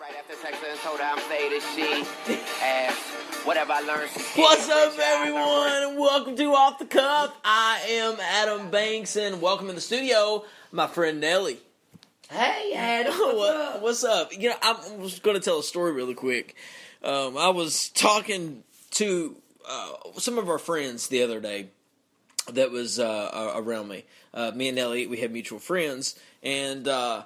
Right after Texas and told her I'm faded, she asked, whatever I learned. she- What's up, everyone? and Welcome to Off the Cuff. I am Adam Banks, and welcome in the studio, my friend Nelly. Hey, Adam. What, what's up? You know, I'm just going to tell a story really quick. Um, I was talking to uh, some of our friends the other day that was uh, a- around me. Uh, me and Nelly, we had mutual friends, and uh,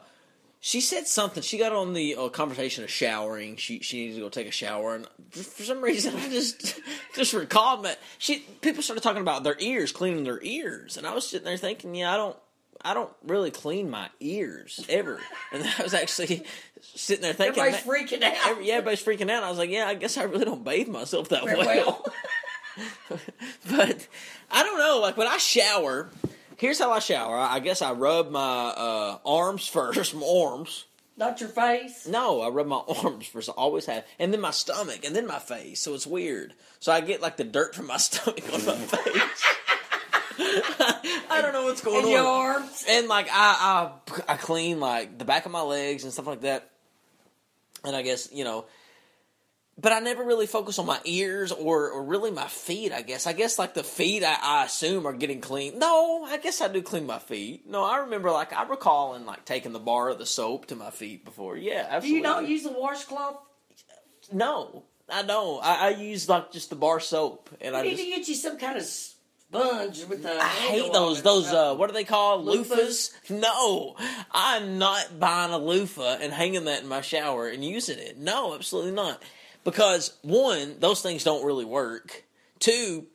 she said something. She got on the uh, conversation of showering. She she needed to go take a shower, and for some reason, I just just recalled that she people started talking about their ears, cleaning their ears, and I was sitting there thinking, yeah, I don't. I don't really clean my ears ever, and I was actually sitting there thinking, Everybody's "Man, freaking out. every- yeah, everybody's freaking out. I was like, yeah, I guess I really don't bathe myself that Very well. well. but I don't know. Like when I shower, here's how I shower. I I guess I rub my uh, arms first, my arms. Not your face. No, I rub my arms first. I always have, and then my stomach, and then my face. So it's weird. So I get like the dirt from my stomach on my face. I don't know what's going And on your arms. and like I, I I clean like the back of my legs and stuff like that, and I guess you know, but I never really focus on my ears or or really my feet. I guess I guess like the feet I, I assume are getting clean. No, I guess I do clean my feet. No, I remember like I recall and like taking the bar of the soap to my feet before. Yeah, Do absolutely. you not use the washcloth? No, I don't. I, I use like just the bar soap, and I I need just. to get you some kind of sponge with the. I hate those. Those uh, what are they called? Loofahs? Loofahs? No, I'm not buying a loofah and hanging that in my shower and using it. No, absolutely not. Because one, those things don't really work. Two,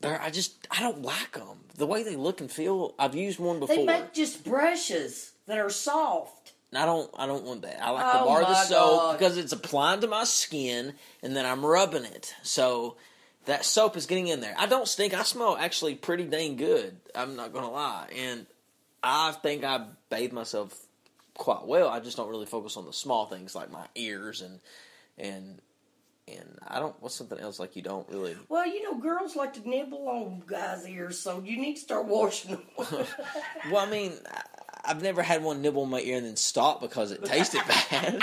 they're I just I don't like them. The way they look and feel. I've used one before. They make just brushes that are soft. And I don't I don't want that. I like to Oh bar the my soap God. because it's applied to my skin and then I'm rubbing it. So that soap is getting in there. I don't stink. I smell actually pretty dang good. I'm not gonna lie. And I think I bathe myself quite well. I just don't really focus on the small things like my ears and and and I don't what's something else like you don't really Well, you know, girls like to nibble on guys' ears, so you need to start washing them. Well, I mean, I- I've never had one nibble in my ear and then stop because it tasted bad.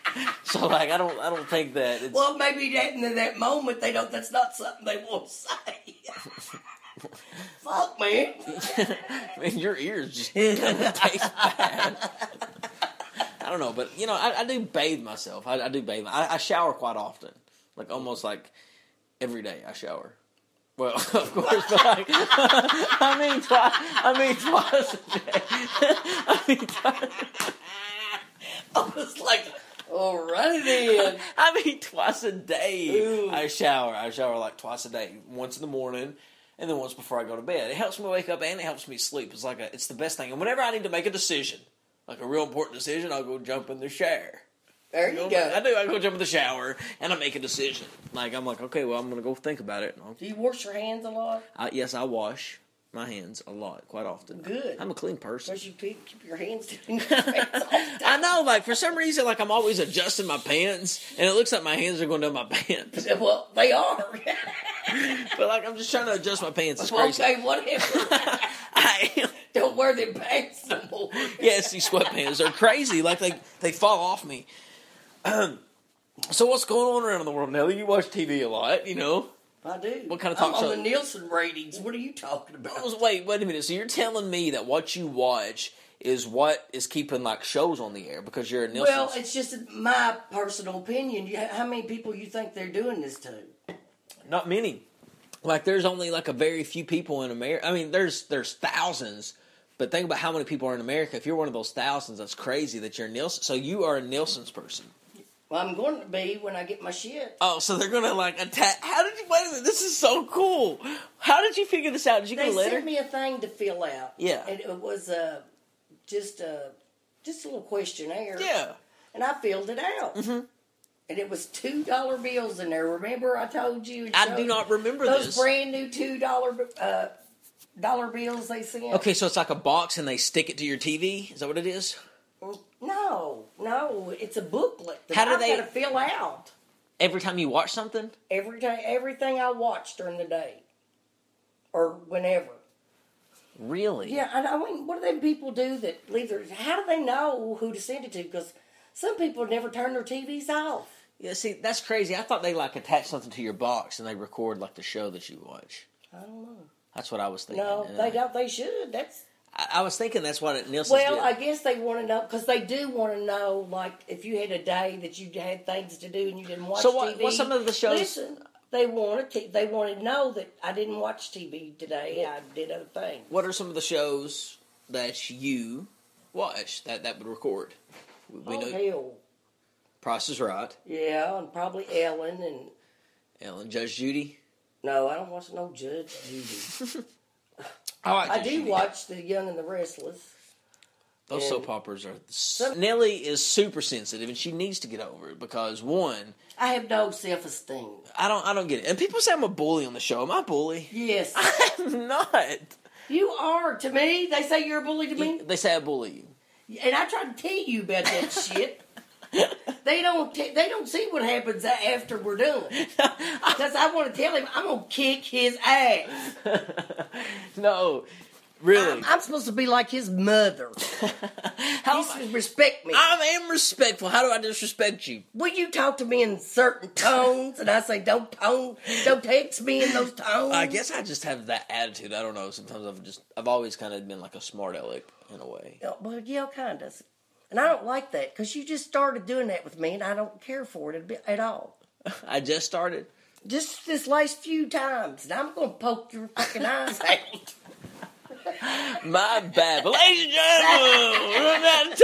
so like I don't I don't think that it's well, maybe that in that moment they don't. That's not something they want to say. Fuck, man. Man, your ears just kind of taste bad. I don't know, but you know, I, I do bathe myself. I, I do bathe. I, I shower quite often, like almost like every day. I shower. Well, of course, but like, I mean, twice. I mean, twice a day. I mean, twice, I was like, alrighty then. I mean, twice a day. Ooh. I shower. I shower like twice a day. Once in the morning, and then once before I go to bed. It helps me wake up and it helps me sleep. It's like a, it's the best thing. And whenever I need to make a decision, like a real important decision, I'll go jump in the shower. There you go. I do. I go jump in the shower and I make a decision. Like I'm like, okay, well, I'm gonna go think about it. And I'll, Do you wash your hands a lot? I, yes, I wash my hands a lot, quite often. Good. I'm a clean person. Because you keep, keep your hands doing your face all the I know, like for some reason, like I'm always adjusting my pants, and it looks like my hands are going down my pants. time. Well, they are. But like I'm just trying to adjust my pants. It's crazy. okay, whatever. I am. Don't wear them pants no more. Yes, these sweatpants are crazy. Like they they fall off me. so what's going on around the world, Nelly? You watch TV a lot, you know. I do. What kind of I'm talk show? on the Nielsen ratings. What are you talking about? Wait, wait a minute. So you're telling me that what you watch is what is keeping like shows on the air because you're a Nielsen. Well, it's just my personal opinion. You, how many people you think they're doing this to? not many. Like there's only like a very few people in America. I mean, there's there's thousands, but think about how many people are in America. If you're one of those thousands, that's crazy that you're a Nielsen. So you are a Nielsen's person. Well, I'm going to be when I get my shit. Oh, so they're gonna like attack? How did you? Wait a minute, this is so cool. How did you figure this out? Did you get They a letter? sent me a thing to fill out. Yeah. and it was uh, just a just a little questionnaire. yeah. and I filled it out. Mm-hmm. And it was two dollar bills in there. Remember, I told you. it I showed do not remember those this. brand new two dollar uh, dollar bills they sent. Okay, so it's like a box and they stick it to your TV. Is that what it is? No, no, it's a booklet. That How do I've they- got to fill out Every time you watch something. every day? Everything I watch during the day, or whenever. Really? Yeah, and I mean, what do them people do that leave their? How do they know who to send it to? Because Some people never turn their TVs off. Yeah, see, that's crazy. I thought they like attach something to your box and they record like the show that you watch. I don't know. That's what I was thinking. No, and they I, don't. They should. That's I, I was thinking that's what it Nielsen well. did. I guess they want to know because they do want to know. Like if you had a day that you had things to do and you didn't watch. So what- TV, what's some of the shows- Listen, they want to. They want to know that I didn't watch TV today. I did other things. what are some of the shows that you watch that that would record? We, we oh know hell, Price is Right, yeah, and probably Ellen and Ellen, Judge Judy. no, I don't watch no Judge Judy. I, like I Judge do Judy. watch The Young and the Restless. Those and- soap operas are. Nellie is super sensitive, and she needs to get over it because one, I have no self esteem. I don't, I don't get it. And people say I'm a bully on the show. Am I a bully? Yes, I'm not. you are to me. They say you're a bully to me. They say I bully you. And I try to tell you about that shit. They don't. T- they don't see what happens a- after we're done. Because I want to tell him I'm gonna kick his ass. no, really. I'm, I'm supposed to be like his mother. How He am I- should respect me. I am respectful. How do I disrespect you? Will you talk to me in certain tones? And I say, don't tone, don't text me in those tones. I guess I just have that attitude. I don't know. Sometimes I've just I've always kind of been like a smart aleck in a way. Yeah, Well, yeah, kind of. And I don't like that because you just started doing that with me, and I don't care for it a bit- at all. I just started. Just this last few times, and I'm gonna poke your fucking eyes out. My bad. But ladies and gentlemen, we're running out of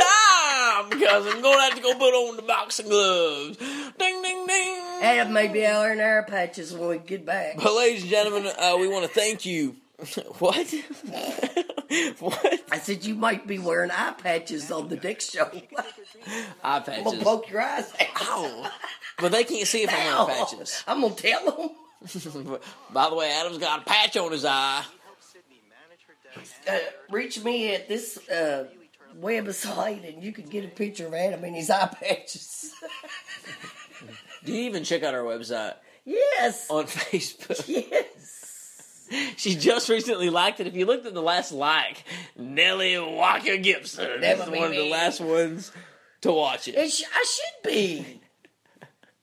time because I'm going to have to go put on the boxing gloves. Ding, ding, ding. And maybe I'll earn our patches when we get back. But ladies and gentlemen, uh, we want to thank you. what? what? I said you might be wearing eye patches on the next show. Eye I'm gonna patches. poke your eyes out. Ow. But they can't see if I'm Ow. wearing patches. I'm gonna tell them. By the way, Adam's got a patch on his eye. Uh, reach me at this uh, website, and you can get a picture of Adam in his eye patches. Do you even check out our website yes, on Facebook? yes. She just recently liked it. If you looked at the last like, Nellie Walker Gibson That is would be one of the me. last ones to watch it. It sh- I should be.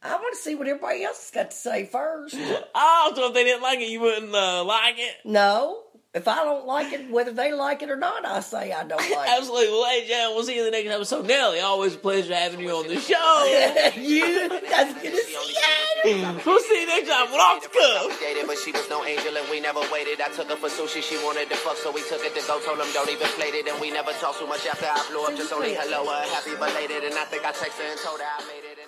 I want to see what everybody else has got to say first. Oh, so if they didn't like it, you wouldn't uh, like it? No, if I don't like it, whether they like it or not, I say I don't like Absolutely. Well, hey, Jan, we'll see you in the next episode. Nellie, always a pleasure having you on the show. it. you, that's gonna see Adam. we'll see you next time. We're off the cuff. Dated, but she was no angel and we never waited. I took her for sushi, she wanted to fuck, so we took it to go. Told him don't even play it, and we never talked so much after I blew up. Just only hello, uh, happy belated, and I think I texted her and told her I made it.